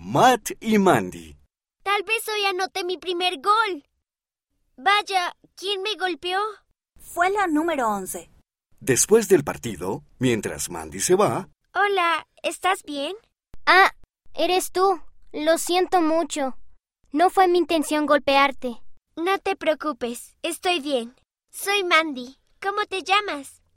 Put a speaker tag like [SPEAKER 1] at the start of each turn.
[SPEAKER 1] Matt y Mandy.
[SPEAKER 2] Tal vez hoy anote mi primer gol. Vaya, ¿quién me golpeó?
[SPEAKER 3] Fue la número 11.
[SPEAKER 1] Después del partido, mientras Mandy se va,
[SPEAKER 2] Hola, ¿estás bien?
[SPEAKER 4] Ah, eres tú. Lo siento mucho. No fue mi intención golpearte.
[SPEAKER 2] No te preocupes, estoy bien. Soy Mandy. ¿Cómo te llamas?